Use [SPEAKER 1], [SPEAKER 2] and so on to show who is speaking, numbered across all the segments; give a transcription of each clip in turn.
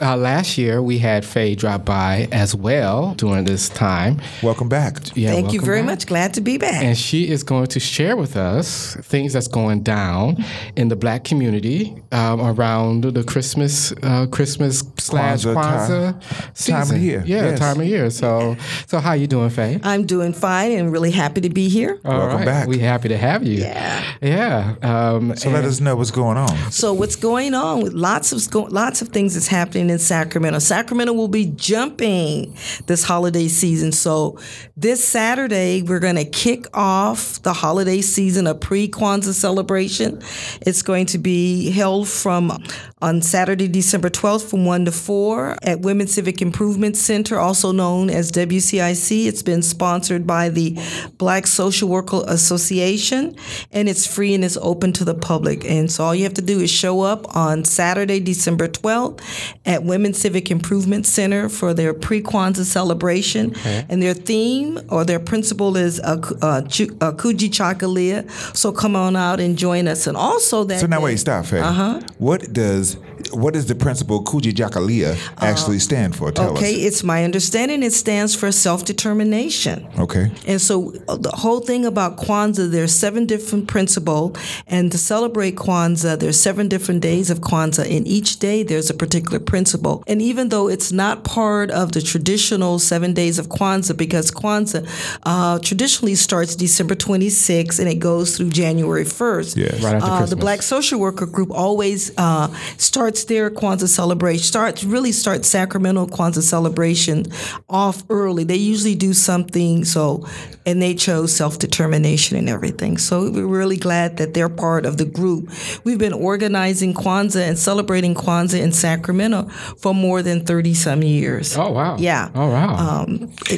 [SPEAKER 1] uh, last year we had Faye drop by as well during this time.
[SPEAKER 2] Welcome back.
[SPEAKER 1] Yeah,
[SPEAKER 3] Thank you
[SPEAKER 1] welcome
[SPEAKER 3] very
[SPEAKER 1] back.
[SPEAKER 3] much. Glad to be back.
[SPEAKER 1] And she is going to share with us things that's going down in the black community um, around the Christmas, uh, Christmas slash
[SPEAKER 2] Kwanzaa time-
[SPEAKER 1] Kwanzaa season.
[SPEAKER 2] time of year,
[SPEAKER 1] Yeah,
[SPEAKER 2] yes.
[SPEAKER 1] time of year. So, so how you doing, Faye?
[SPEAKER 3] I'm doing fine and really happy to be here.
[SPEAKER 1] All
[SPEAKER 2] Welcome
[SPEAKER 1] right.
[SPEAKER 2] back.
[SPEAKER 1] We happy to have you.
[SPEAKER 3] Yeah.
[SPEAKER 1] Yeah. Um,
[SPEAKER 2] So let us know what's going on.
[SPEAKER 3] So what's going on with lots of sco- lots of things that's happening in Sacramento. Sacramento will be jumping this holiday season. So this Saturday we're going to kick off the holiday season, a pre-Kwanzaa celebration. It's going to be held from on Saturday, December 12th from 1 to 4 at Women's Civic Improvement Center, also known as WCIC. It's been sponsored by the Black Social Worker Association, and it's free and it's open to the public. And so all you have to do is show up on Saturday, December 12th at Women's Civic Improvement Center for their pre Kwanzaa celebration. And their theme or their principal is uh, Ku- uh, Chu- uh, Kuji Chakalia. So come on out and join us. And also that.
[SPEAKER 2] So now
[SPEAKER 3] day-
[SPEAKER 2] wait, stop, Faye. Uh-huh. What does what does the principal Kuji Jakalia actually stand for? Tell
[SPEAKER 3] Um, Okay, it's my understanding it stands for self determination.
[SPEAKER 2] us. Okay.
[SPEAKER 3] And so uh, the whole thing about Kwanzaa, there's seven different principle, and to celebrate Kwanzaa, there's seven different days of Kwanzaa, and each day there's a particular principle. And even though it's not part of the traditional seven days of Kwanzaa, because Kwanzaa uh, traditionally starts December 26th and it goes through January 1st.
[SPEAKER 2] Yes.
[SPEAKER 1] Right after
[SPEAKER 3] Uh, the
[SPEAKER 1] Christmas.
[SPEAKER 3] Black Social Worker Group always uh, starts their Kwanzaa celebration, starts really starts Sacramento Kwanzaa celebration off early. They usually do something so, and they chose self determination and everything. So we're really glad that they're part of the group. We've been organizing Kwanzaa and celebrating Kwanzaa in Sacramento for more than thirty some years.
[SPEAKER 1] oh wow.
[SPEAKER 3] Yeah. Um,
[SPEAKER 1] Oh wow.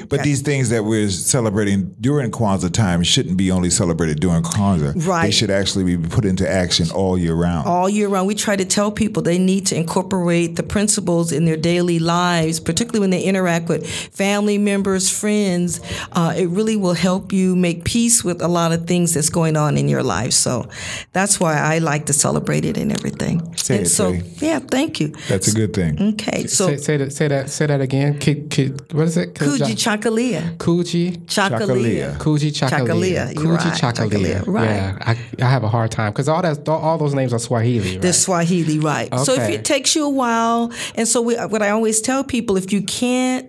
[SPEAKER 2] But these things that we're celebrating during Kwanzaa time shouldn't be only celebrated during Kwanzaa. They
[SPEAKER 3] Right.
[SPEAKER 2] should actually be put into action all year round.
[SPEAKER 3] all year round. We try to tell people they need to incorporate the principles in their daily lives, particularly when they interact with family members, friends. Uh, it really will help you make peace with a lot of things that's going on in your life. So that's why I like to celebrate it and everything.
[SPEAKER 2] Say
[SPEAKER 3] and
[SPEAKER 2] it,
[SPEAKER 3] so,
[SPEAKER 2] Faye.
[SPEAKER 3] yeah, thank you.
[SPEAKER 2] That's a good
[SPEAKER 3] Mm-hmm.
[SPEAKER 2] thing.
[SPEAKER 3] Okay, so
[SPEAKER 1] say, say that. Say that. Say that again. Ki, ki, what is it?
[SPEAKER 3] Kuji Chakalia.
[SPEAKER 1] Kuji.
[SPEAKER 3] Chakalia.
[SPEAKER 1] Kuji Chakalia.
[SPEAKER 3] Chakalia, you're
[SPEAKER 1] Kuji
[SPEAKER 3] right,
[SPEAKER 1] Chakalia.
[SPEAKER 3] Chakalia, right.
[SPEAKER 1] Yeah, I, I have a hard time because all that all those names are Swahili. Right?
[SPEAKER 3] The Swahili, right. So if
[SPEAKER 1] Okay.
[SPEAKER 3] it takes you a while, and so we, what I always tell people, if you can't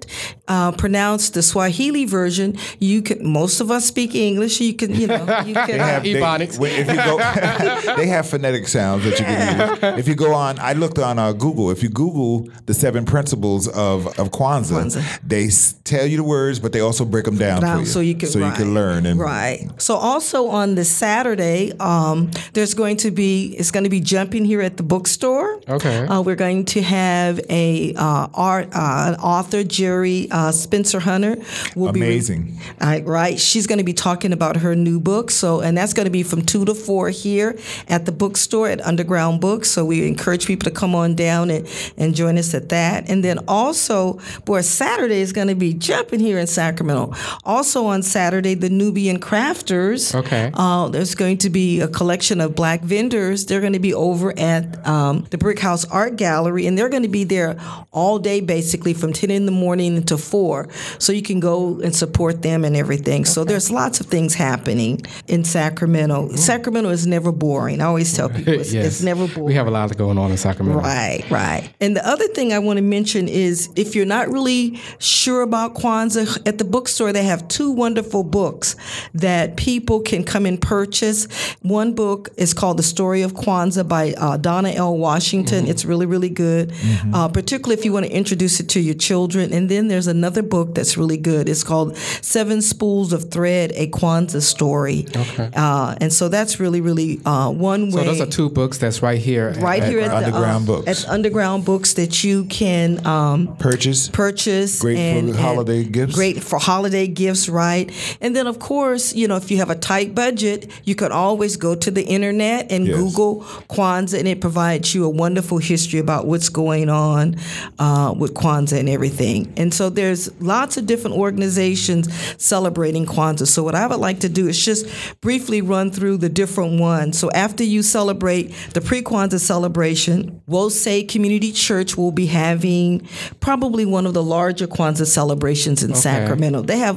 [SPEAKER 3] uh, pronounce the Swahili version, you can. Most of us speak English. You can, you know, you can.
[SPEAKER 1] have-
[SPEAKER 2] they-
[SPEAKER 1] Ebonics.
[SPEAKER 2] when- if you go, they have phonetic sounds that you can use. If you go on, I looked on uh, Google. If you Google the seven principles of of Kwanzaa, they s- tell you the words, but they also break them down for
[SPEAKER 3] Down,
[SPEAKER 2] you,
[SPEAKER 3] so you can right,
[SPEAKER 2] learn and
[SPEAKER 3] right. So also on this Saturday, um, there's going to be it's going to be jumping here at the bookstore.
[SPEAKER 1] Okay.
[SPEAKER 3] Uh, we're going to have a uh, art uh, an author, Jerry uh, Spencer Hunter, will
[SPEAKER 2] Amazing.
[SPEAKER 3] be I, right. She's going to be talking about her new book. So, and that's going to be from two to four here at the bookstore at Underground Books. So, we encourage people to come on down and, and join us at that. And then also, boy, Saturday is going to be jumping here in Sacramento. Also on Saturday, the Nubian Crafters.
[SPEAKER 1] Okay.
[SPEAKER 3] Uh, there's going to be a collection of black vendors. They're going to be over at um, the Brick House Art Gallery, and they're going to be there all day, basically from 10 in the morning until 4. So you can go and support them and everything. So there's lots of things happening in Sacramento. Sacramento is never boring. I always tell people it's,
[SPEAKER 1] Mm. Yes.
[SPEAKER 3] it's never boring.
[SPEAKER 1] We have a lot going on in Sacramento.
[SPEAKER 3] Right, right. Mm-hmm. And the other thing I want to mention is if you're not really sure about Kwanzaa, at the bookstore they have two wonderful books that people can come and purchase. One book is called The Story of Kwanzaa by uh, Donna L. Washington. It's really, really good, uh, particularly if you want to introduce it to your children. And then there's another book that's really good. It's called Seven Spools of Thread, A Kwanzaa Story. Okay. Uh, and so that's really, really uh, one
[SPEAKER 1] So
[SPEAKER 3] way
[SPEAKER 1] those are two books that's right here. at-
[SPEAKER 3] right
[SPEAKER 1] at-
[SPEAKER 3] here at the,
[SPEAKER 2] Underground
[SPEAKER 3] um,
[SPEAKER 2] Books.
[SPEAKER 3] at Underground Books that you can um,
[SPEAKER 2] purchase.
[SPEAKER 3] purchase.
[SPEAKER 2] Great for
[SPEAKER 3] and, and
[SPEAKER 2] holiday gifts.
[SPEAKER 3] Great for holiday gifts, right? And then, of course, you know, if you have a tight budget, you can always go to the internet and
[SPEAKER 2] Yes.
[SPEAKER 3] Google Kwanzaa, and it provides you a wonderful history about what's going on uh, with Kwanzaa and everything. And so there's lots of different organizations celebrating Kwanzaa. So what I would like to do is just briefly run through the different ones. So after you celebrate the pre-Kwanzaa celebration, Wosei Community Church will be having probably one of the larger Kwanzaa celebrations in Sacramento. They have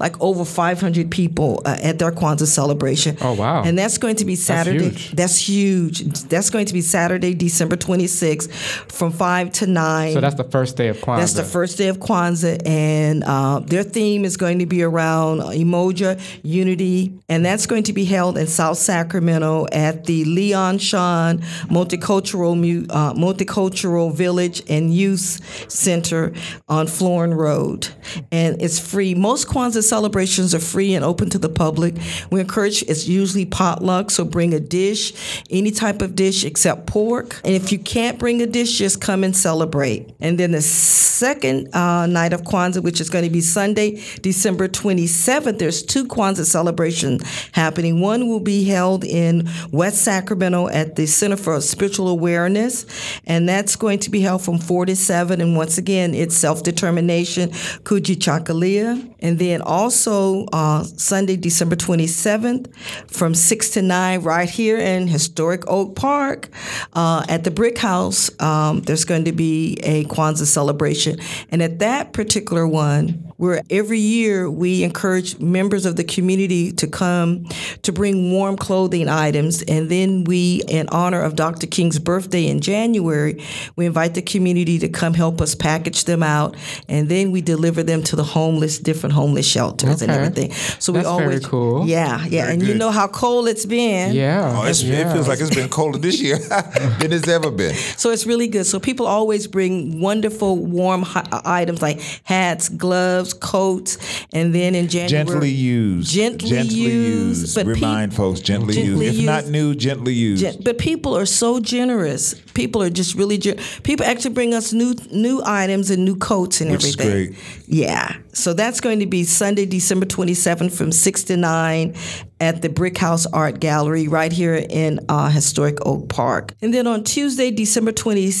[SPEAKER 3] like over 500 people uh, at their Kwanzaa celebration.
[SPEAKER 1] Oh, wow.
[SPEAKER 3] And that's going to be Saturday.
[SPEAKER 1] huge.
[SPEAKER 3] That's huge. That's going to be Saturday, December 26th from 5 to 9.
[SPEAKER 1] So that's the first day of Kwanzaa.
[SPEAKER 3] That's the first day of Kwanzaa, and uh, their theme is going to be around Emoja unity, and that's going to be held in South Sacramento at the Leon Sean Multicultural Mu- uh, Multicultural Village and Youth Center on Florin Road, and it's free. Most Kwanzaa celebrations are free and open to the public. We encourage it's usually potluck, so bring a dish, any type of dish except pork, and if you can't bring a dish, just come and celebrate. And then the second uh, night of Kwanzaa, which is going to be Sunday, December 27th, there's two Kwanzaa celebrations happening. One will be held in West Sacramento at the Center for Spiritual Awareness, and that's going to be held from 4 to 7. And once again, it's self determination, Kuji Chakalia. And then also uh, Sunday, December 27th, from 6 to 9, right here in historic Oak Park uh, at the Brick House, um, there's going to be a Kwanzaa celebration. And at that particular one, where every year we encourage members of the community to come to bring warm clothing items. And then we, in honor of Dr. King's birthday in January, we invite the community to come help us package them out. And then we deliver them to the homeless, different homeless shelters and
[SPEAKER 1] Okay.
[SPEAKER 3] everything. So we
[SPEAKER 1] That's very
[SPEAKER 3] always.
[SPEAKER 1] cool.
[SPEAKER 3] Yeah, yeah. and you
[SPEAKER 2] good.
[SPEAKER 3] know how cold it's been.
[SPEAKER 1] yeah.
[SPEAKER 2] Oh, it's,
[SPEAKER 1] yeah.
[SPEAKER 2] It feels like it's been colder this year than it's ever been.
[SPEAKER 3] So it's really good. So people always bring wonderful warm hi- uh, items like hats, gloves, coats, and then in January,
[SPEAKER 2] Gently used.
[SPEAKER 3] Gently used, but peop-
[SPEAKER 2] Remind folks, gently,
[SPEAKER 3] Gently
[SPEAKER 2] used. If not
[SPEAKER 3] used.
[SPEAKER 2] new, gently used.
[SPEAKER 3] Gen- but people are so generous. People are just really gen- people actually bring us new new items and new coats and
[SPEAKER 2] Which is
[SPEAKER 3] everything.
[SPEAKER 2] great.
[SPEAKER 3] Yeah. So that's going to be Sunday, December 27th from 6 to 9 at the Brick House Art Gallery right here in uh, historic Oak Park. And then on Tuesday, December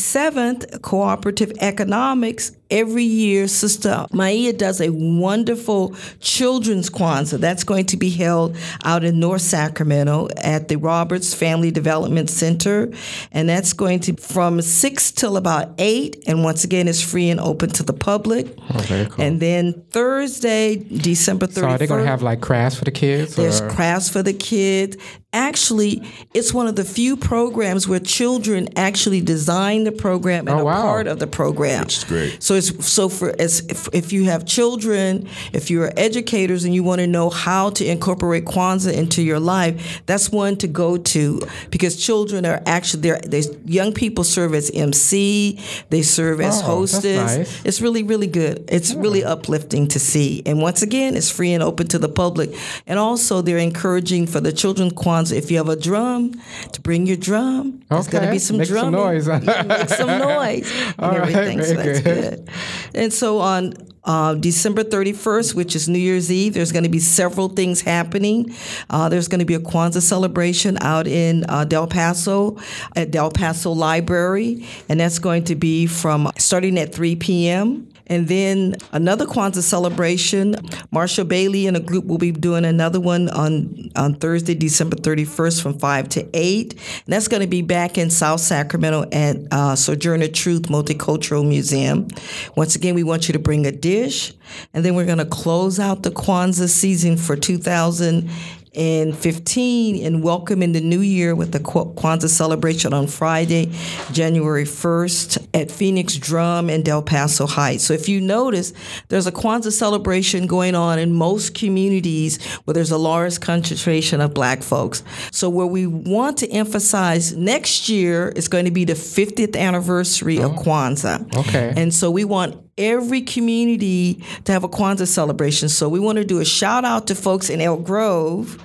[SPEAKER 3] 27th, Cooperative Economics. Every year, Sister Maia does a wonderful children's Kwanzaa. That's going to be held out in North Sacramento at the Roberts Family Development Center. And that's going to from 6 till about 8. And once again, it's free and open to the public.
[SPEAKER 1] Oh, very cool.
[SPEAKER 3] And then Thursday, December 31st.
[SPEAKER 1] so are they going to have like crafts for the kids?
[SPEAKER 3] there's
[SPEAKER 1] or-
[SPEAKER 3] crafts for the kids. Actually, it's one of the few programs where children actually design the program and
[SPEAKER 1] Oh,
[SPEAKER 3] are
[SPEAKER 1] wow.
[SPEAKER 3] part of the program. Which is
[SPEAKER 2] great.
[SPEAKER 3] So it's so for as if, if you have children, if you are educators and you want to know how to incorporate Kwanzaa into your life, that's one to go to because children are actually they're, they young people serve as MC, they serve as
[SPEAKER 1] Oh, that's
[SPEAKER 3] hostess.
[SPEAKER 1] nice.
[SPEAKER 3] It's really, really good. It's really uplifting to see. And once again, it's free and open to the public. And also, they're encouraging for the children Kwanzaa, if you have a drum, to bring your drum. There's going to
[SPEAKER 1] Okay.
[SPEAKER 3] be some
[SPEAKER 1] Make some
[SPEAKER 3] drumming.
[SPEAKER 1] noise.
[SPEAKER 3] Yeah, make some noise
[SPEAKER 1] All
[SPEAKER 3] and
[SPEAKER 1] right,
[SPEAKER 3] everything. so
[SPEAKER 1] very
[SPEAKER 3] that's
[SPEAKER 1] good.
[SPEAKER 3] good good. And so on uh, December 31st, which is New Year's Eve, there's going to be several things happening. Uh, there's going to be a Kwanzaa celebration out in uh, Del Paso at Del Paso Library, and that's going to be from starting at 3 p.m. And then another Kwanzaa celebration. Marsha Bailey and a group will be doing another one on, on Thursday, December 31st from 5 to 8. And that's going to be back in South Sacramento at uh, Sojourner Truth Multicultural Museum. Once again, we want you to bring a dish. And then we're going to close out the Kwanzaa season for 2000 and 15 and welcome in the new year with the Kwa- Kwanzaa celebration on Friday, January 1st at Phoenix Drum in Del Paso Heights. So if you notice, there's a Kwanzaa celebration going on in most communities where there's a large concentration of black folks. So where we want to emphasize next year is going to be the 50th anniversary of Kwanzaa.
[SPEAKER 1] Okay.
[SPEAKER 3] And so we want every community to have a Kwanzaa celebration. So we want to do a shout out to folks in Elk Grove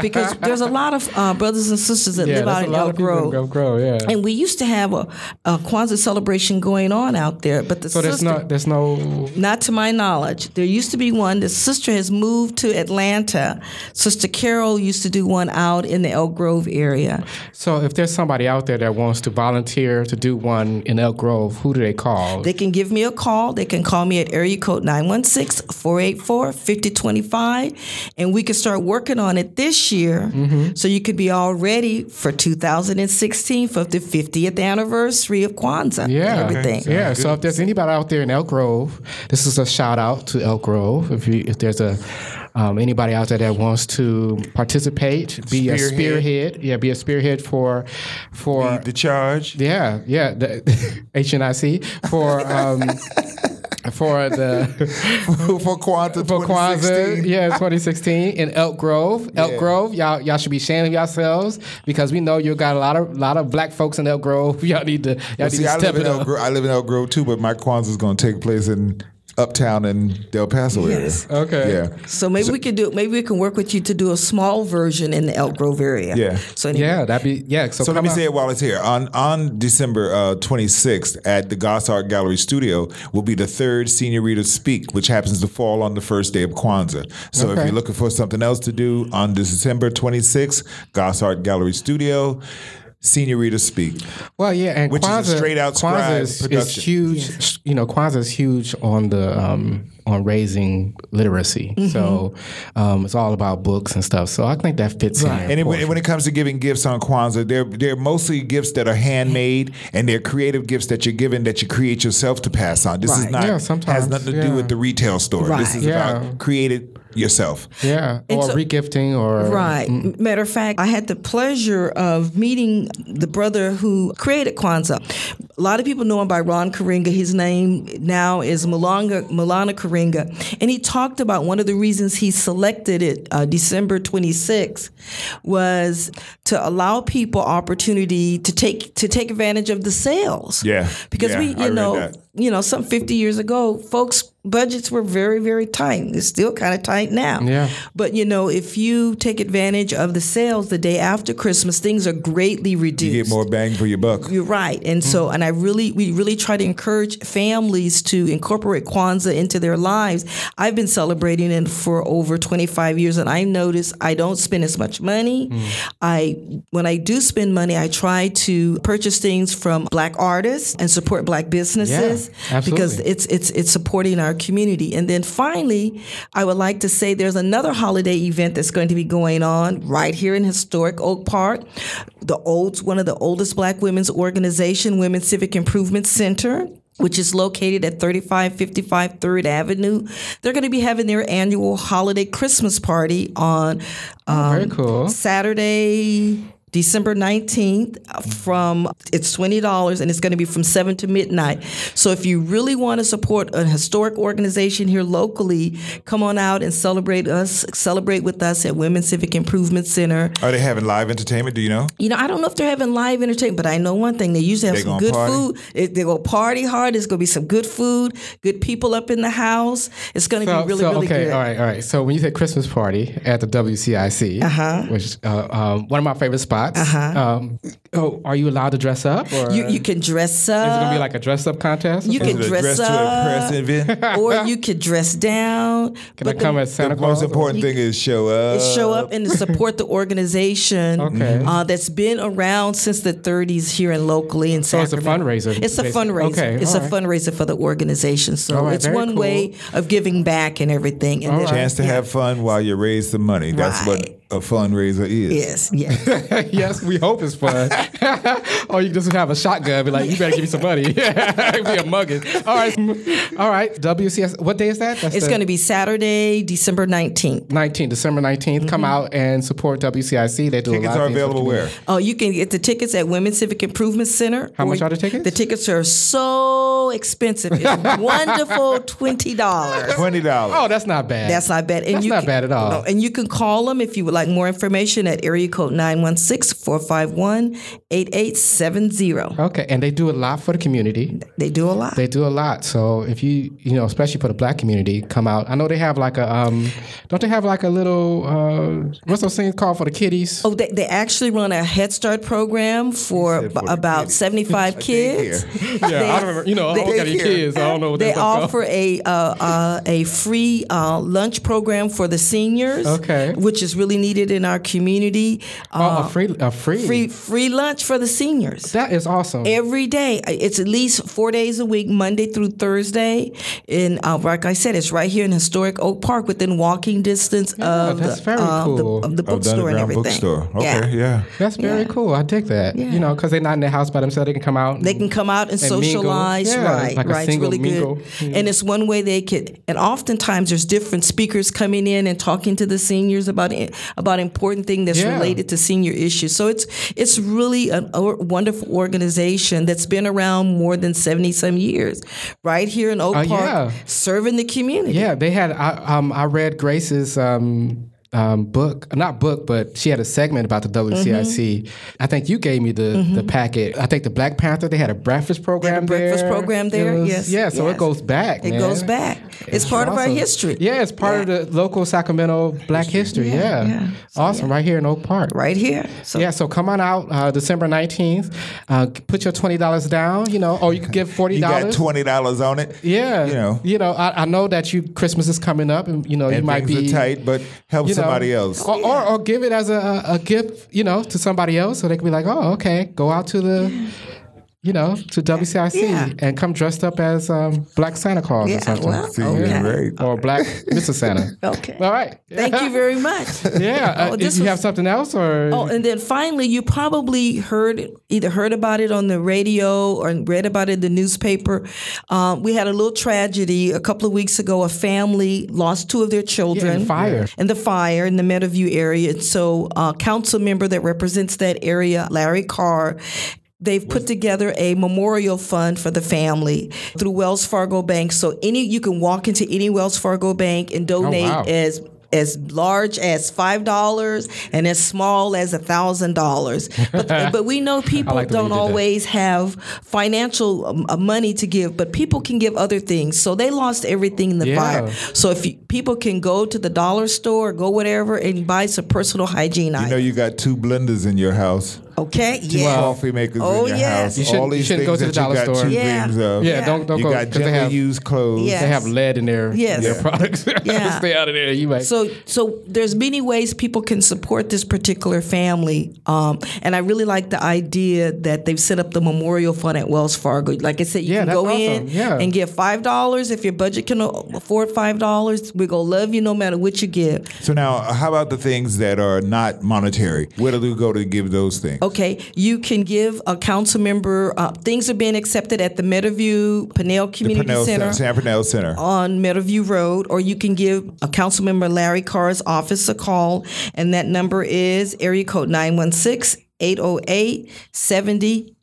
[SPEAKER 3] because there's a lot of uh, brothers and sisters that
[SPEAKER 1] Yeah,
[SPEAKER 3] live
[SPEAKER 1] that's
[SPEAKER 3] out
[SPEAKER 1] a
[SPEAKER 3] in
[SPEAKER 1] lot
[SPEAKER 3] Elk
[SPEAKER 1] of people in
[SPEAKER 3] Grove.
[SPEAKER 1] Elk Grove. Yeah.
[SPEAKER 3] And we used to have a, a Kwanzaa celebration going on out there, but the
[SPEAKER 1] so there's
[SPEAKER 3] sister,
[SPEAKER 1] not there's no
[SPEAKER 3] not to my knowledge. There used to be one. The sister has moved to Atlanta. Sister Carol used to do one out in the Elk Grove area.
[SPEAKER 1] so if there's somebody out there that wants to volunteer to do one in Elk Grove, who do they call?
[SPEAKER 3] They can give me a call. They can call me at area code 916-484-5025 and we can start working on it this year
[SPEAKER 1] Mm-hmm.
[SPEAKER 3] so you could be all ready for 2016 for the 50th anniversary of Kwanzaa and
[SPEAKER 1] yeah,
[SPEAKER 3] everything.
[SPEAKER 1] yeah. So if there's anybody out there in Elk Grove, this is a shout out to Elk Grove. If you, if there's a um, anybody out there that wants to participate, be a
[SPEAKER 2] Spearhead.
[SPEAKER 1] spearhead. Yeah, be a spearhead for for
[SPEAKER 2] Lead the charge.
[SPEAKER 1] Yeah, yeah, the HNIC for um, for the
[SPEAKER 2] for Quanta
[SPEAKER 1] for Kwanzaa,
[SPEAKER 2] 2016.
[SPEAKER 1] yeah, 2016 in Elk Grove. Elk
[SPEAKER 2] Yeah.
[SPEAKER 1] Grove, y'all y'all should be shaming yourselves because we know you got a lot of lot of black folks in Elk Grove. Y'all need to y'all need
[SPEAKER 2] See,
[SPEAKER 1] to
[SPEAKER 2] I
[SPEAKER 1] step
[SPEAKER 2] live, in
[SPEAKER 1] it
[SPEAKER 2] Elk
[SPEAKER 1] up.
[SPEAKER 2] Grove, I live in Elk Grove too, but my Kwanzaa's going to take place in uptown in Del Paso
[SPEAKER 3] Yes.
[SPEAKER 2] area.
[SPEAKER 1] Okay.
[SPEAKER 2] Yeah.
[SPEAKER 3] So maybe we could do maybe we can work with you to do a small version in the Elk Grove area.
[SPEAKER 2] Yeah.
[SPEAKER 3] So anyway,
[SPEAKER 1] Yeah, that'd be yeah. So,
[SPEAKER 2] So let
[SPEAKER 1] come
[SPEAKER 2] me
[SPEAKER 1] out.
[SPEAKER 2] say it while it's here. On on December uh, 26th at the Gossard Gallery Studio will be the third Senior Reader Speak, which happens to fall on the first day of Kwanzaa. So if
[SPEAKER 1] Okay.
[SPEAKER 2] you're looking for something else to do on December 26th, Gossard Gallery Studio, Senior Reader Speak.
[SPEAKER 1] Well, yeah, and
[SPEAKER 2] Which is a
[SPEAKER 1] Kwanzaa,
[SPEAKER 2] straight-out
[SPEAKER 1] Kwanzaa
[SPEAKER 2] scribe
[SPEAKER 1] is, is
[SPEAKER 2] production.
[SPEAKER 1] huge. You know, Kwanzaa is huge on the um, on raising literacy.
[SPEAKER 3] Mm-hmm.
[SPEAKER 1] So um, it's all about books and stuff. So I think that fits in.
[SPEAKER 2] And
[SPEAKER 1] there
[SPEAKER 2] it, when
[SPEAKER 1] for-
[SPEAKER 2] when it comes to giving gifts on Kwanzaa, they're they're mostly gifts that are handmade and they're creative gifts that you're given that you create yourself to pass on. This is
[SPEAKER 3] Right.
[SPEAKER 2] not
[SPEAKER 1] Yeah,
[SPEAKER 2] has
[SPEAKER 1] sometimes,
[SPEAKER 2] nothing to do
[SPEAKER 1] yeah.
[SPEAKER 2] with the retail store. This
[SPEAKER 3] Right.
[SPEAKER 2] is
[SPEAKER 1] Yeah.
[SPEAKER 2] about created yourself.
[SPEAKER 1] yeah, or
[SPEAKER 3] so-
[SPEAKER 1] regifting, or
[SPEAKER 3] Right. Matter of fact, I had the pleasure of meeting the brother who created Kwanzaa. A lot of people know him by Ron Karinga. His name now is Malanga, Milana Karinga. And he talked about one of the reasons he selected it uh, December 26th was to allow people opportunity to take to take advantage of the sales.
[SPEAKER 2] Yeah.
[SPEAKER 3] Because
[SPEAKER 2] Yeah,
[SPEAKER 3] we,
[SPEAKER 2] I
[SPEAKER 3] you
[SPEAKER 2] read
[SPEAKER 3] know,
[SPEAKER 2] that.
[SPEAKER 3] you know, some 50 years ago, folks' budgets were very, very tight. It's still kind of tight now.
[SPEAKER 1] Yeah.
[SPEAKER 3] But, you know, if you take advantage of the sales the day after Christmas, things are greatly reduced.
[SPEAKER 2] You get Mm. more bang for your buck.
[SPEAKER 3] You're right. And so, and I really, we really try to encourage families to incorporate Kwanzaa into their lives. I've been celebrating it for over 25 years, and I notice I don't spend as much money.
[SPEAKER 2] Mm.
[SPEAKER 3] I, when I do spend money, I try to purchase things from Black artists and support Black businesses because
[SPEAKER 1] absolutely.
[SPEAKER 3] it's it's it's supporting our community. And then finally, I would like to say there's another holiday event that's going to be going on right here in historic Oak Park. The old one of the oldest Black women's organization, Women's Civic Improvement Center. Which is located at 3555 3rd Avenue. They're going to be having their annual holiday Christmas party on um,
[SPEAKER 1] very cool.
[SPEAKER 3] Saturday, December 19th from it's $20 and it's going to be from 7 to midnight. So if you really want to support a historic organization here locally, come on out and celebrate us celebrate with us at Women's Civic Improvement Center.
[SPEAKER 2] Are they having live entertainment? Do you know?
[SPEAKER 3] You know, I don't know if they're having live entertainment, but I know one thing. They usually have
[SPEAKER 2] They
[SPEAKER 3] some
[SPEAKER 2] gonna
[SPEAKER 3] good
[SPEAKER 2] party?
[SPEAKER 3] food. It, they go party hard. There's going to be some good food, good people up in the house. It's going to
[SPEAKER 1] So,
[SPEAKER 3] be really
[SPEAKER 1] so,
[SPEAKER 3] really
[SPEAKER 1] okay,
[SPEAKER 3] good.
[SPEAKER 1] all right, all right. So when you say Christmas party at the WCIC,
[SPEAKER 3] Uh-huh.
[SPEAKER 1] which uh, um, one of my favorite spots, um, oh, are you allowed to dress up? Or
[SPEAKER 3] You you can dress up.
[SPEAKER 1] is it gonna be like a dress up contest?
[SPEAKER 3] you
[SPEAKER 2] Is
[SPEAKER 3] can
[SPEAKER 2] it a
[SPEAKER 3] dress
[SPEAKER 2] dress to
[SPEAKER 3] up.
[SPEAKER 2] impress event?
[SPEAKER 3] or you could dress down.
[SPEAKER 1] Can I
[SPEAKER 3] but the-
[SPEAKER 1] come as Santa
[SPEAKER 2] the most
[SPEAKER 1] Claus?
[SPEAKER 2] important thing is show up.
[SPEAKER 3] show up and to support the organization
[SPEAKER 1] Okay.
[SPEAKER 3] uh, that's been around since the 30s here and locally in
[SPEAKER 1] Oh, So it's a
[SPEAKER 3] Sacramento.
[SPEAKER 1] fundraiser,
[SPEAKER 3] It's a
[SPEAKER 1] basically.
[SPEAKER 3] fundraiser.
[SPEAKER 1] Okay,
[SPEAKER 3] it's
[SPEAKER 1] all
[SPEAKER 3] a
[SPEAKER 1] right.
[SPEAKER 3] fundraiser for the organization. So
[SPEAKER 1] All right,
[SPEAKER 3] it's
[SPEAKER 1] very
[SPEAKER 3] one
[SPEAKER 1] cool.
[SPEAKER 3] way of giving back and everything. And then-
[SPEAKER 2] Chance to have fun while you raise some money. That's
[SPEAKER 3] Right.
[SPEAKER 2] what a fundraiser is.
[SPEAKER 3] Yes, yes.
[SPEAKER 1] yes, we hope it's fun. or you just have a shotgun, be like, you better give me some money. be a mugging. All right, all right. WCS. What day is that? That's
[SPEAKER 3] it's
[SPEAKER 1] the-
[SPEAKER 3] going to be Saturday, December 19th.
[SPEAKER 1] 19th, December 19th. Come
[SPEAKER 3] Mm-hmm.
[SPEAKER 1] out and support WCIC. They do a
[SPEAKER 2] Tickets
[SPEAKER 1] lot
[SPEAKER 2] are
[SPEAKER 1] of things for
[SPEAKER 2] available
[SPEAKER 1] the
[SPEAKER 2] where?
[SPEAKER 3] Oh, you can get the tickets at Women's Civic Improvement Center.
[SPEAKER 1] How
[SPEAKER 3] or-
[SPEAKER 1] much are the tickets?
[SPEAKER 3] The tickets are so expensive. It's wonderful twenty dollars.
[SPEAKER 2] Twenty dollars.
[SPEAKER 1] Oh, that's not bad.
[SPEAKER 3] That's not bad. And
[SPEAKER 1] That's
[SPEAKER 3] you
[SPEAKER 1] not
[SPEAKER 3] can-
[SPEAKER 1] bad at all.
[SPEAKER 3] no, and you can call them if you would like more information at area code 916 451 8870.
[SPEAKER 1] Okay, and they do a lot for the community.
[SPEAKER 3] They do a lot.
[SPEAKER 1] Oh. They do a lot. So if you, you know, especially for the black community, come out. I know they have like a, um, don't they have like a little, uh, what's those things called for the kiddies?
[SPEAKER 3] Oh, they, they actually run a Head Start program for,
[SPEAKER 2] said for
[SPEAKER 3] ab-
[SPEAKER 2] the
[SPEAKER 3] about
[SPEAKER 2] kids.
[SPEAKER 3] 75 kids.
[SPEAKER 4] Yeah, I remember. You know, I don't got any
[SPEAKER 2] daycare.
[SPEAKER 4] kids. I don't know what
[SPEAKER 3] They
[SPEAKER 4] that's called.
[SPEAKER 3] offer a uh, uh, a free uh, lunch program for the seniors,
[SPEAKER 1] Okay.
[SPEAKER 3] which is really needed in our community.
[SPEAKER 1] Oh, a free, a free.
[SPEAKER 3] Uh-huh. free free lunch for the seniors.
[SPEAKER 1] That is awesome.
[SPEAKER 3] Every day, it's at least four days a week, Monday through Thursday. And uh, like I said, it's right here in historic Oak Park, within walking distance
[SPEAKER 1] Yeah, Oh,
[SPEAKER 3] of,
[SPEAKER 1] that's
[SPEAKER 3] the,
[SPEAKER 1] very
[SPEAKER 3] uh, the-
[SPEAKER 1] cool.
[SPEAKER 3] of the
[SPEAKER 2] Oh,
[SPEAKER 3] bookstore and
[SPEAKER 2] Underground
[SPEAKER 3] everything.
[SPEAKER 2] Bookstore. Okay, yeah.
[SPEAKER 1] That's very cool. I dig that. You know, because they're not in their house by themselves. They can come out.
[SPEAKER 3] They can come out
[SPEAKER 1] And
[SPEAKER 3] and,
[SPEAKER 1] mingle.
[SPEAKER 3] socialize,
[SPEAKER 1] Yeah,
[SPEAKER 3] right?
[SPEAKER 1] like a
[SPEAKER 3] right,
[SPEAKER 1] single
[SPEAKER 3] it's really
[SPEAKER 1] mingle.
[SPEAKER 3] good, and it's one way they could. And oftentimes, there's different speakers coming in and talking to the seniors about i- about important thing that's
[SPEAKER 1] Yeah.
[SPEAKER 3] related to senior issues. So it's it's really a wonderful organization that's been around more than seventy some years, right here in Oak
[SPEAKER 1] Uh,
[SPEAKER 3] Park,
[SPEAKER 1] yeah.
[SPEAKER 3] serving the community.
[SPEAKER 1] Yeah, they had. I, um, I read Grace's um, um, book, not book, but she had a segment about the WCIC.
[SPEAKER 3] Mm-hmm.
[SPEAKER 1] I think you gave me the the packet. I think the Black Panther. They had a breakfast program.
[SPEAKER 3] a breakfast
[SPEAKER 1] there.
[SPEAKER 3] program
[SPEAKER 1] It
[SPEAKER 3] there,
[SPEAKER 1] was-
[SPEAKER 3] yes,
[SPEAKER 1] Yeah, so it
[SPEAKER 3] yes.
[SPEAKER 1] goes back.
[SPEAKER 3] It
[SPEAKER 1] man.
[SPEAKER 3] goes back. It's, part of our
[SPEAKER 1] Awesome.
[SPEAKER 3] history.
[SPEAKER 1] Yeah, it's part of the local Sacramento Black history. Yeah,
[SPEAKER 3] yeah.
[SPEAKER 1] awesome. Right here in Oak Park.
[SPEAKER 3] right here. So
[SPEAKER 1] Yeah, so come on out uh, December 19th. Uh, put your $20 down, you know, or you could give $40.
[SPEAKER 2] You got twenty dollars on it.
[SPEAKER 1] Yeah,
[SPEAKER 2] you know,
[SPEAKER 1] you know, I, I know that you Christmas is coming up, and you know you
[SPEAKER 2] and
[SPEAKER 1] might
[SPEAKER 2] things
[SPEAKER 1] be
[SPEAKER 2] are tight, but help
[SPEAKER 1] you know, Oh,
[SPEAKER 2] somebody else.
[SPEAKER 1] or, or or give it as a, a- a gift, you know, to somebody else, so they can be like, oh, okay, go out to the, you know, to WCIC
[SPEAKER 3] Yeah.
[SPEAKER 1] and come dressed up as um, Black Santa Claus or
[SPEAKER 3] Yeah,
[SPEAKER 1] something,
[SPEAKER 3] well,
[SPEAKER 2] See,
[SPEAKER 3] okay.
[SPEAKER 2] great.
[SPEAKER 1] or Black Mr. Santa.
[SPEAKER 3] Okay.
[SPEAKER 1] all right,
[SPEAKER 3] Thank you very much.
[SPEAKER 1] yeah, uh,
[SPEAKER 3] Oh,
[SPEAKER 1] did
[SPEAKER 3] this
[SPEAKER 1] you
[SPEAKER 3] was-
[SPEAKER 1] have something else or?
[SPEAKER 3] Oh, and then finally, you probably heard either heard about it on the radio or read about it in the newspaper. Um, we had a little tragedy a couple of weeks ago. A family lost two of their children
[SPEAKER 1] in the fire.
[SPEAKER 3] In the fire in the Meadowview area. And so, a council member that represents that area, Larry Carr. They've put together a memorial fund for the family through Wells Fargo Bank. So any you can walk into any Wells Fargo bank and donate
[SPEAKER 1] Oh, wow.
[SPEAKER 3] as as large as five dollars and as small as a thousand dollars. But we know people
[SPEAKER 1] like the way you
[SPEAKER 3] don't
[SPEAKER 1] did that.
[SPEAKER 3] always have financial um, uh, money to give, but people can give other things. So they lost everything in the
[SPEAKER 1] Yeah.
[SPEAKER 3] fire. So if you, people can go to the dollar store, go whatever, and buy some personal hygiene
[SPEAKER 2] You know,
[SPEAKER 3] items.
[SPEAKER 2] you got two blenders in your house,
[SPEAKER 3] Okay, yeah.
[SPEAKER 2] coffee makers
[SPEAKER 3] Oh,
[SPEAKER 2] in your
[SPEAKER 3] yes.
[SPEAKER 2] house.
[SPEAKER 3] You
[SPEAKER 1] shouldn't-
[SPEAKER 2] All
[SPEAKER 1] you
[SPEAKER 2] these
[SPEAKER 1] shouldn't
[SPEAKER 2] things
[SPEAKER 1] go to
[SPEAKER 2] that
[SPEAKER 1] the dollar
[SPEAKER 2] you got
[SPEAKER 1] store.
[SPEAKER 2] two
[SPEAKER 3] Yeah.
[SPEAKER 2] things of.
[SPEAKER 1] yeah, don't don't
[SPEAKER 2] you
[SPEAKER 1] go
[SPEAKER 2] got
[SPEAKER 1] 'cause they
[SPEAKER 2] gently
[SPEAKER 1] have
[SPEAKER 2] used clothes.
[SPEAKER 1] they
[SPEAKER 3] Yeah.
[SPEAKER 1] have lead in their
[SPEAKER 3] Yes.
[SPEAKER 1] their products.
[SPEAKER 3] Yeah.
[SPEAKER 1] Stay out of there. You might.
[SPEAKER 3] So, so there's many ways people can support this particular family, um, and I really like the idea that they've set up the memorial fund at Wells Fargo. Like I said, you
[SPEAKER 1] Yeah,
[SPEAKER 3] can
[SPEAKER 1] that's
[SPEAKER 3] go in
[SPEAKER 1] awesome. Yeah.
[SPEAKER 3] and give five dollars if your budget can afford five dollars. We're gonna love you no matter what you give.
[SPEAKER 2] So now, how about the things that are not monetary? Where do we go to give those things?
[SPEAKER 3] Okay, you can give a council member. Uh, things are being accepted at the Meadowview Pinnell
[SPEAKER 2] The
[SPEAKER 3] Community
[SPEAKER 2] Purnell
[SPEAKER 3] Center.
[SPEAKER 2] Center, San Purnell Center.
[SPEAKER 3] on Meadowview Road, or you can give a council member Larry Carr's office a call, and that number is area code 916 808 7008.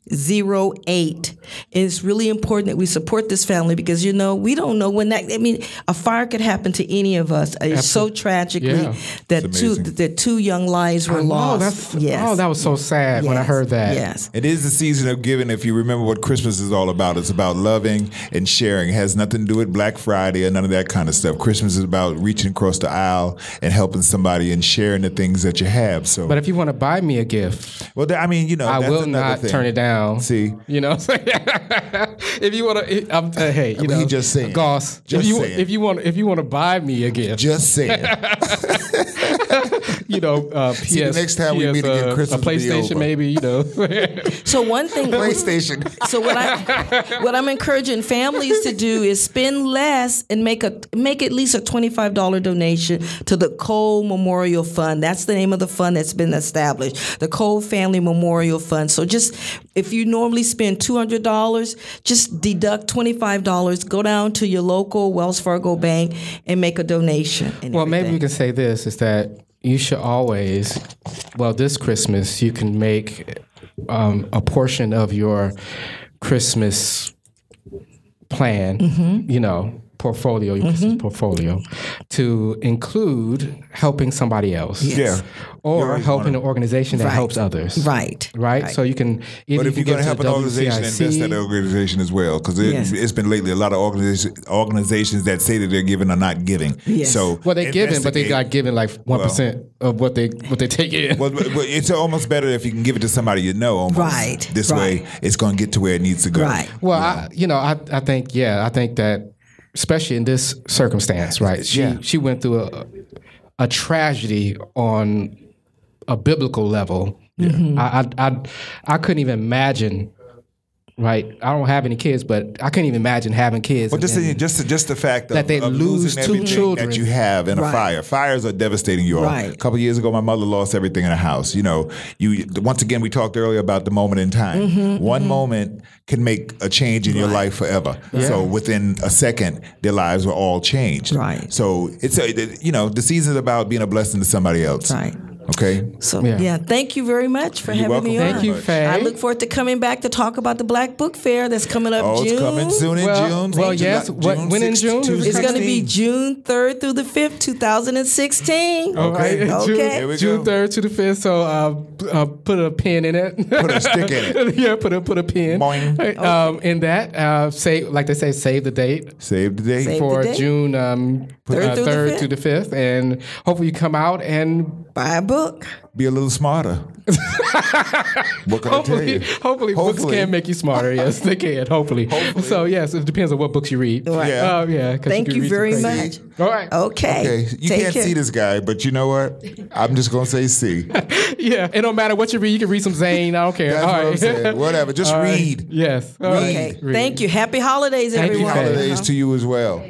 [SPEAKER 3] It's really important that we support this family because you know we don't know when that. I mean, a fire could happen to any of us. It's so tragically
[SPEAKER 1] Yeah.
[SPEAKER 3] that
[SPEAKER 2] It's
[SPEAKER 3] two
[SPEAKER 2] amazing.
[SPEAKER 3] that two young lives were
[SPEAKER 1] I know,
[SPEAKER 3] lost.
[SPEAKER 1] that's- Oh, that was so sad when I
[SPEAKER 3] Yes.
[SPEAKER 1] heard that.
[SPEAKER 3] Yes.
[SPEAKER 2] It is the season of giving. If you remember what Christmas is all about, it's about loving and sharing. It has nothing to do with Black Friday or none of that kind of stuff. Christmas is about reaching across the aisle and helping somebody and sharing the things that you have. So,
[SPEAKER 1] But if you want to buy me a gift,
[SPEAKER 2] well, th- I mean, you know,
[SPEAKER 1] I
[SPEAKER 2] that's
[SPEAKER 1] will
[SPEAKER 2] another
[SPEAKER 1] not
[SPEAKER 2] thing.
[SPEAKER 1] turn it down.
[SPEAKER 2] See.
[SPEAKER 1] you know, what I'm saying? if you want to, I'm, uh, hey, you
[SPEAKER 2] He
[SPEAKER 1] know,
[SPEAKER 2] just saying.
[SPEAKER 1] Goss.
[SPEAKER 2] Just
[SPEAKER 1] if you
[SPEAKER 2] saying.
[SPEAKER 1] if you want if you want to buy me a gift,
[SPEAKER 2] Just saying.
[SPEAKER 1] you know, uh, PS,
[SPEAKER 2] the next time we
[SPEAKER 1] PS,
[SPEAKER 2] meet again,
[SPEAKER 1] uh,
[SPEAKER 2] Christmas
[SPEAKER 1] a
[SPEAKER 2] will be
[SPEAKER 1] PlayStation
[SPEAKER 2] over.
[SPEAKER 1] maybe, you know.
[SPEAKER 3] So one thing
[SPEAKER 2] PlayStation.
[SPEAKER 3] So what I what I'm encouraging families to do is spend less and make a make at least a twenty five dollar donation to the Cole Memorial Fund. That's the name of the fund that's been established, the Cole Family Memorial Fund. So just if you normally spend two hundred dollars, just deduct twenty five dollars. Go down to your local Wells Fargo bank and make a donation. and
[SPEAKER 1] well, maybe we
[SPEAKER 3] everything.
[SPEAKER 1] can say this is that you should always, well, this Christmas you can make um, a portion of your Christmas plan, you know, portfolio, your business portfolio, to include helping somebody else.
[SPEAKER 2] Yeah. You
[SPEAKER 1] Or
[SPEAKER 2] always
[SPEAKER 1] helping
[SPEAKER 2] wanna-
[SPEAKER 1] an organization that
[SPEAKER 3] Right.
[SPEAKER 1] helps others.
[SPEAKER 3] Right.
[SPEAKER 1] Right? So you can either
[SPEAKER 2] But if
[SPEAKER 1] you
[SPEAKER 2] you're
[SPEAKER 1] can give
[SPEAKER 2] going to help
[SPEAKER 1] to
[SPEAKER 2] an organization,
[SPEAKER 1] WCIC,
[SPEAKER 2] invest in that organization as well. Because it,
[SPEAKER 3] Yes.
[SPEAKER 2] has been lately a lot of organization, organizations that say that they're giving are not giving.
[SPEAKER 3] Yes.
[SPEAKER 2] So
[SPEAKER 1] Well, they're giving, but they
[SPEAKER 2] investigate.
[SPEAKER 1] got given like one of what they what they take in.
[SPEAKER 2] Well, but- but it's almost better if you can give it to somebody you know. Almost.
[SPEAKER 3] Right,
[SPEAKER 2] This
[SPEAKER 3] right.
[SPEAKER 2] way, it's going to get to where it needs to go.
[SPEAKER 3] Right.
[SPEAKER 1] Well, I, you know, I, I think yeah, I think that especially in this circumstance, right? She
[SPEAKER 2] Yeah.
[SPEAKER 1] she went through a a tragedy on a biblical level.
[SPEAKER 2] Mm-hmm.
[SPEAKER 1] I, I I I couldn't even imagine. Right, I don't have any kids, but I couldn't even imagine having kids.
[SPEAKER 2] But
[SPEAKER 1] and
[SPEAKER 2] just the,
[SPEAKER 1] then-
[SPEAKER 2] just just the fact of,
[SPEAKER 1] That they
[SPEAKER 2] of
[SPEAKER 1] lose
[SPEAKER 2] losing
[SPEAKER 1] two
[SPEAKER 2] everything
[SPEAKER 1] children.
[SPEAKER 2] that you have in a
[SPEAKER 3] Right.
[SPEAKER 2] fire. Fires are devastating you all.
[SPEAKER 3] Right.
[SPEAKER 2] A couple years ago, my mother lost everything in the house. You know, you once again we talked earlier about the moment in time.
[SPEAKER 3] Mm-hmm,
[SPEAKER 2] One moment can make a change in your life forever. So within a second, their lives were all changed.
[SPEAKER 3] Right.
[SPEAKER 2] So it's a, you know the season's about being a blessing to somebody else.
[SPEAKER 3] Right.
[SPEAKER 2] Okay.
[SPEAKER 3] So
[SPEAKER 1] Yeah.
[SPEAKER 3] yeah. thank you very much for having
[SPEAKER 2] welcome
[SPEAKER 3] me
[SPEAKER 2] very
[SPEAKER 3] on.
[SPEAKER 1] thank you,
[SPEAKER 2] much.
[SPEAKER 1] Faye.
[SPEAKER 3] I look forward to coming back to talk about the Black Book Fair that's coming up
[SPEAKER 2] Oh,
[SPEAKER 3] June.
[SPEAKER 2] it's coming soon in
[SPEAKER 1] Well-
[SPEAKER 2] June.
[SPEAKER 1] well,
[SPEAKER 2] July-
[SPEAKER 1] yes. What- when in
[SPEAKER 2] 6th,
[SPEAKER 1] June? Is it
[SPEAKER 2] Tuesday,
[SPEAKER 3] It's going to be
[SPEAKER 2] 16th.
[SPEAKER 3] June 3rd through the 5th, 2016.
[SPEAKER 1] All right,
[SPEAKER 2] Okay.
[SPEAKER 1] June,
[SPEAKER 3] Okay.
[SPEAKER 2] Here we
[SPEAKER 1] June
[SPEAKER 2] go.
[SPEAKER 1] third to the fifth. So uh, p- uh, put a pin in it.
[SPEAKER 2] Put a stick in it.
[SPEAKER 1] yeah, put a put a pin
[SPEAKER 2] Boing.
[SPEAKER 1] um, in that. Uh, say like they say, save the date.
[SPEAKER 2] Save the date.
[SPEAKER 3] Save
[SPEAKER 1] for
[SPEAKER 3] the date.
[SPEAKER 1] June um,
[SPEAKER 3] Third
[SPEAKER 1] uh,
[SPEAKER 3] through the
[SPEAKER 1] third
[SPEAKER 3] fifth.
[SPEAKER 1] to the fifth, and hopefully you come out and
[SPEAKER 3] Buy a book.
[SPEAKER 2] be a little smarter. what can I
[SPEAKER 1] hopefully,
[SPEAKER 2] tell you?
[SPEAKER 1] hopefully, books
[SPEAKER 2] Hopefully.
[SPEAKER 1] can make you smarter. Yes, they can. Hopefully. So yes, it depends on what books you read.
[SPEAKER 3] Right.
[SPEAKER 2] Yeah.
[SPEAKER 1] Um, yeah. 'cause
[SPEAKER 3] Thank
[SPEAKER 1] can
[SPEAKER 3] you, Oh.
[SPEAKER 1] read some
[SPEAKER 3] very
[SPEAKER 1] crazy-
[SPEAKER 3] much.
[SPEAKER 1] All right.
[SPEAKER 3] Okay.
[SPEAKER 2] Okay, you
[SPEAKER 3] Take
[SPEAKER 2] can't
[SPEAKER 3] care.
[SPEAKER 2] see this guy, but you know what? I'm just gonna say C. That's
[SPEAKER 1] Yeah. It don't matter what you read. You can read some Zane. I don't care.
[SPEAKER 2] what
[SPEAKER 1] All
[SPEAKER 2] I'm
[SPEAKER 1] right.
[SPEAKER 2] saying. Whatever. Just
[SPEAKER 1] All right.
[SPEAKER 2] read.
[SPEAKER 1] Yes. All right.
[SPEAKER 3] Okay.
[SPEAKER 1] Read.
[SPEAKER 3] Thank you. Happy holidays,
[SPEAKER 1] Thank you,
[SPEAKER 3] everyone.
[SPEAKER 1] Faye.
[SPEAKER 2] Holidays to you as well.